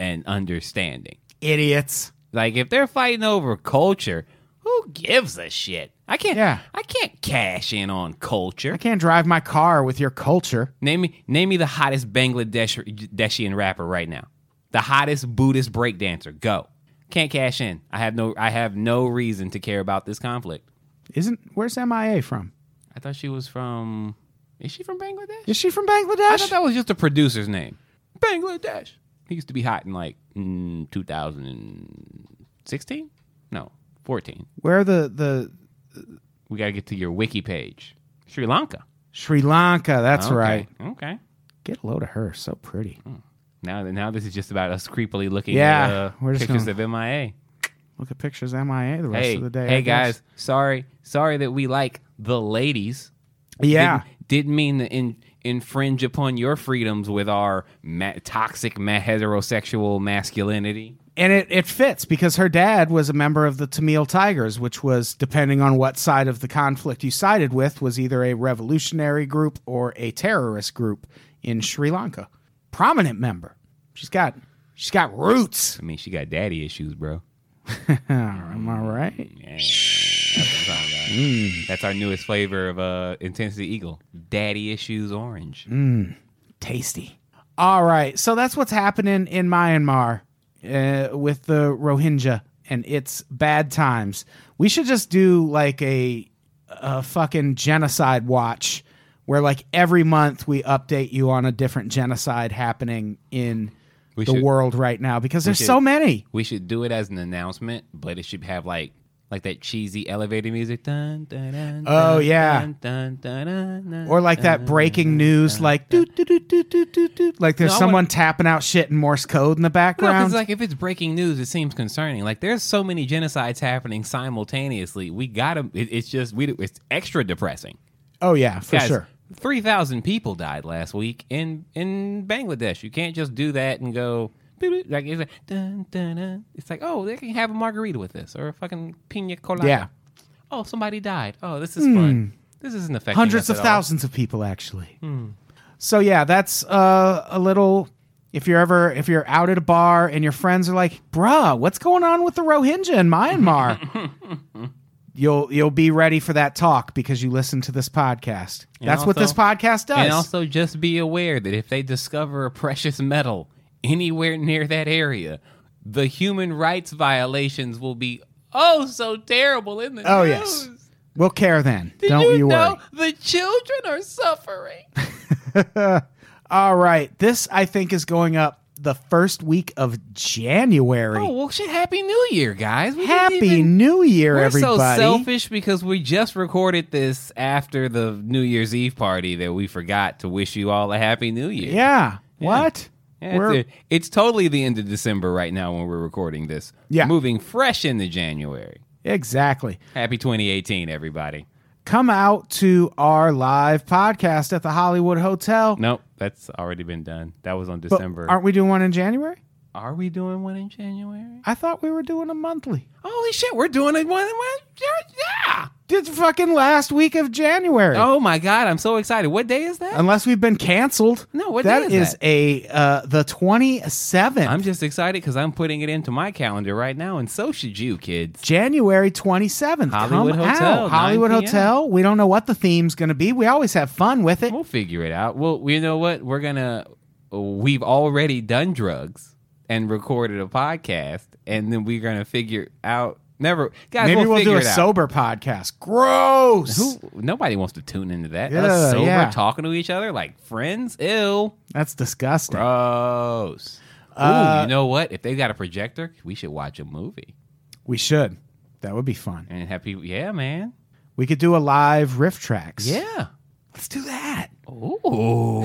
[SPEAKER 3] and understanding?
[SPEAKER 2] Idiots.
[SPEAKER 3] Like if they're fighting over culture, who gives a shit? I can't.
[SPEAKER 2] Yeah.
[SPEAKER 3] I can't cash in on culture.
[SPEAKER 2] I can't drive my car with your culture.
[SPEAKER 3] Name me, name me the hottest Bangladeshi rapper right now. The hottest Buddhist breakdancer. Go. Can't cash in. I have no. I have no reason to care about this conflict.
[SPEAKER 2] Isn't where's MIA from?
[SPEAKER 3] I thought she was from. Is she from Bangladesh?
[SPEAKER 2] Is she from
[SPEAKER 3] I
[SPEAKER 2] Bangladesh?
[SPEAKER 3] thought that was just a producer's name. Bangladesh. He used to be hot in like mm, 2016. No, 14.
[SPEAKER 2] Where are the the
[SPEAKER 3] We gotta get to your wiki page. Sri Lanka.
[SPEAKER 2] Sri Lanka? That's
[SPEAKER 3] Okay, Hmm.
[SPEAKER 2] right.
[SPEAKER 3] Okay.
[SPEAKER 2] Get a load of her. So pretty.
[SPEAKER 3] Now, now this is just about us creepily looking
[SPEAKER 2] Yeah,
[SPEAKER 3] at uh,
[SPEAKER 2] we're just
[SPEAKER 3] pictures
[SPEAKER 2] gonna-
[SPEAKER 3] of MIA.
[SPEAKER 2] Look at pictures MIA the rest
[SPEAKER 3] hey,
[SPEAKER 2] of the day.
[SPEAKER 3] hey
[SPEAKER 2] I guess.
[SPEAKER 3] guys, sorry, sorry that we like the ladies.
[SPEAKER 2] Yeah.
[SPEAKER 3] didn't, didn't mean to in, infringe upon your freedoms with our ma- toxic ma- heterosexual masculinity.
[SPEAKER 2] And it, it fits because her dad was a member of the Tamil Tigers, which was, depending on what side of the conflict you sided with, was either a revolutionary group or a terrorist group in Sri Lanka. Prominent member. She's got she's got roots.
[SPEAKER 3] I mean, she got daddy issues, bro.
[SPEAKER 2] Am I right?
[SPEAKER 3] Yeah, that's, what I'm talking about. That's our newest flavor of uh, Intensity Eagle, Daddy Issues Orange.
[SPEAKER 2] Mm. tasty. All right, so that's what's happening in Myanmar uh, with the Rohingya, and it's bad times. We should just do like a a fucking genocide watch, where like every month we update you on a different genocide happening in
[SPEAKER 3] We
[SPEAKER 2] the
[SPEAKER 3] should-
[SPEAKER 2] world right now because there's so
[SPEAKER 3] should.
[SPEAKER 2] many.
[SPEAKER 3] We should do it as an announcement, but it should have like like that cheesy elevator music. Dun, dun, dun,
[SPEAKER 2] Oh,
[SPEAKER 3] dun,
[SPEAKER 2] yeah.
[SPEAKER 3] dun, dun, dun, dun, dun,
[SPEAKER 2] Or like that
[SPEAKER 3] dun.
[SPEAKER 2] breaking news, like doo, doo, doo, doo, doo, doo, doo. like there's
[SPEAKER 3] No, I
[SPEAKER 2] someone
[SPEAKER 3] want-
[SPEAKER 2] tapping out shit in Morse code in the
[SPEAKER 3] No,
[SPEAKER 2] background.
[SPEAKER 3] because like if it's breaking news, it seems concerning. Like there's so many genocides happening simultaneously. We gotta. It, it's just we. It's extra depressing.
[SPEAKER 2] oh yeah, for
[SPEAKER 3] Guys,
[SPEAKER 2] sure.
[SPEAKER 3] Three thousand people died last week in in Bangladesh. You can't just do that and go. "Doo-doo," Like it's like, dun, dun, dun. it's like oh they can have a margarita with this or a fucking pina colada.
[SPEAKER 2] Yeah. Hmm.
[SPEAKER 3] Oh somebody died. Oh this is fun. This isn't affecting
[SPEAKER 2] hundreds
[SPEAKER 3] us
[SPEAKER 2] of
[SPEAKER 3] at all.
[SPEAKER 2] thousands of people actually so yeah that's uh, a little if you're ever if you're out at a bar and your friends are like bruh what's going on with the rohingya in myanmar you'll you'll be ready for that talk because you listen to this podcast
[SPEAKER 3] And
[SPEAKER 2] that's what
[SPEAKER 3] also-
[SPEAKER 2] this podcast does
[SPEAKER 3] And also, just be aware that if they discover a precious metal anywhere near that area, the human rights violations will be oh so terrible in the
[SPEAKER 2] oh
[SPEAKER 3] news.
[SPEAKER 2] yes we'll care then
[SPEAKER 3] Did
[SPEAKER 2] don't you, worry
[SPEAKER 3] know the children are suffering?
[SPEAKER 2] all right this i think is going up the first week of january
[SPEAKER 3] oh well, shit! Happy New Year, guys! We didn't
[SPEAKER 2] happy
[SPEAKER 3] even-
[SPEAKER 2] new year
[SPEAKER 3] We're
[SPEAKER 2] everybody
[SPEAKER 3] so selfish because we just recorded this after the New Year's Eve party that we forgot to wish you all a happy New Year.
[SPEAKER 2] yeah. what
[SPEAKER 3] Yeah, it's,
[SPEAKER 2] We're-
[SPEAKER 3] it- it's totally the end of December right now when we're recording this.
[SPEAKER 2] Yeah.
[SPEAKER 3] Moving fresh into January.
[SPEAKER 2] Exactly.
[SPEAKER 3] Happy 2018, everybody.
[SPEAKER 2] Come out to our live podcast at the Hollywood Hotel.
[SPEAKER 3] Nope. That's already been done. That was on
[SPEAKER 2] But
[SPEAKER 3] December.
[SPEAKER 2] aren't we doing one in January?
[SPEAKER 3] Are we doing one in January?
[SPEAKER 2] I thought we were doing a monthly.
[SPEAKER 3] Holy shit, we're doing a one. one yeah.
[SPEAKER 2] It's fucking last week of January.
[SPEAKER 3] Oh my god, I'm so excited. What day is that?
[SPEAKER 2] Unless we've been canceled.
[SPEAKER 3] No, what
[SPEAKER 2] that
[SPEAKER 3] day is
[SPEAKER 2] is
[SPEAKER 3] that?
[SPEAKER 2] a uh, the twenty seventh.
[SPEAKER 3] I'm just excited because I'm putting it into my calendar right now, and so should you, kids.
[SPEAKER 2] January 27th.
[SPEAKER 3] Hollywood
[SPEAKER 2] Come
[SPEAKER 3] Hotel,
[SPEAKER 2] out.
[SPEAKER 3] 9
[SPEAKER 2] Hollywood
[SPEAKER 3] p.m..
[SPEAKER 2] Hotel. We don't know what the theme's going to be. We always have fun with it.
[SPEAKER 3] We'll figure it out. Well, you know what? We're gonna. We've already done drugs and recorded a podcast, and then we're gonna figure out. Never, guys.
[SPEAKER 2] Maybe we'll, do
[SPEAKER 3] figure
[SPEAKER 2] a
[SPEAKER 3] it out.
[SPEAKER 2] sober podcast. Gross.
[SPEAKER 3] Who? Nobody wants to tune into that.
[SPEAKER 2] Yeah,
[SPEAKER 3] Us sober
[SPEAKER 2] yeah.
[SPEAKER 3] talking to each other like friends. Ill.
[SPEAKER 2] That's disgusting.
[SPEAKER 3] Gross.
[SPEAKER 2] Uh,
[SPEAKER 3] Ooh, you know what? If they got a projector, we should watch a movie
[SPEAKER 2] We should. That would be fun.
[SPEAKER 3] and have people. Yeah, man.
[SPEAKER 2] We could do a live riff tracks.
[SPEAKER 3] Yeah.
[SPEAKER 2] Let's do that.
[SPEAKER 3] Ooh.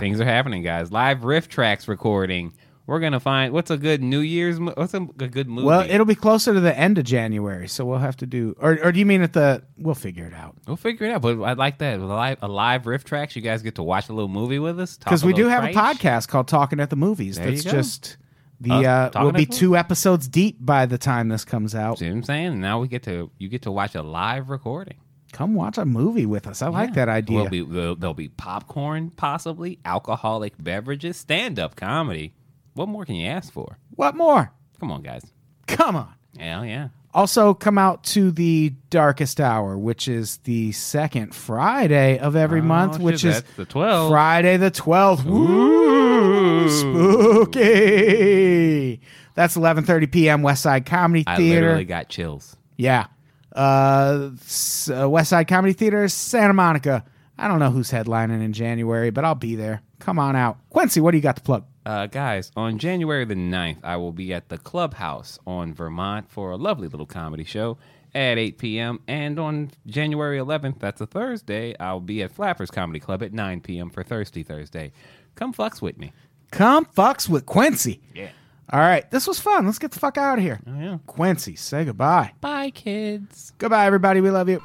[SPEAKER 3] Things are happening, guys. Live riff tracks recording. We're gonna find what's a good New Year's. mo- What's a, a good movie?
[SPEAKER 2] Well, it'll be closer to the end of January, so we'll have to do. Or, or do you mean at the? We'll figure it out
[SPEAKER 3] we'll figure it out. But I like that With a live, a live riff tracks. You guys get to watch a little movie with us talk
[SPEAKER 2] because
[SPEAKER 3] a
[SPEAKER 2] we do
[SPEAKER 3] little
[SPEAKER 2] have a
[SPEAKER 3] trash.
[SPEAKER 2] podcast called "Talking at the Movies."
[SPEAKER 3] There you
[SPEAKER 2] that's
[SPEAKER 3] go.
[SPEAKER 2] just the.
[SPEAKER 3] Us
[SPEAKER 2] Uh,
[SPEAKER 3] talking
[SPEAKER 2] we'll be
[SPEAKER 3] at the-
[SPEAKER 2] two episodes deep by the time this comes out.
[SPEAKER 3] See what I'm saying? And now we get to you get to watch a live recording.
[SPEAKER 2] Come watch a movie with us. I like that idea.
[SPEAKER 3] There'll be, there'll, there'll be popcorn, possibly alcoholic beverages, stand up comedy. What more can you ask for?
[SPEAKER 2] What more?
[SPEAKER 3] Come on, guys.
[SPEAKER 2] Come on.
[SPEAKER 3] Hell yeah.
[SPEAKER 2] Also, come out to the darkest hour, which is the second Friday of every
[SPEAKER 3] Oh,
[SPEAKER 2] month,
[SPEAKER 3] shit,
[SPEAKER 2] which is
[SPEAKER 3] that's the 12th.
[SPEAKER 2] Friday the 12th. Ooh, spooky. That's 11:30 p.m. West Side Comedy
[SPEAKER 3] I
[SPEAKER 2] Theater.
[SPEAKER 3] literally got chills.
[SPEAKER 2] yeah. Uh, s- uh, West Side Comedy Theater, Santa Monica. I don't know who's headlining in January, but I'll be there. Come on out. Quincy, what do you got to plug?
[SPEAKER 3] Uh, guys, on January the 9th, I will be at the Clubhouse on Vermont for a lovely little comedy show at 8 p.m. And on January 11th, that's a Thursday, I'll be at Flappers Comedy Club at 9 p.m. for Thirsty Thursday. Come fucks with me.
[SPEAKER 2] Come fucks with Quincy.
[SPEAKER 3] Yeah. Oh,
[SPEAKER 2] All right, this was fun. Let's get the fuck out of here.
[SPEAKER 3] yeah.
[SPEAKER 2] Quincy, say goodbye.
[SPEAKER 3] Bye, kids.
[SPEAKER 2] Goodbye, everybody. We love you.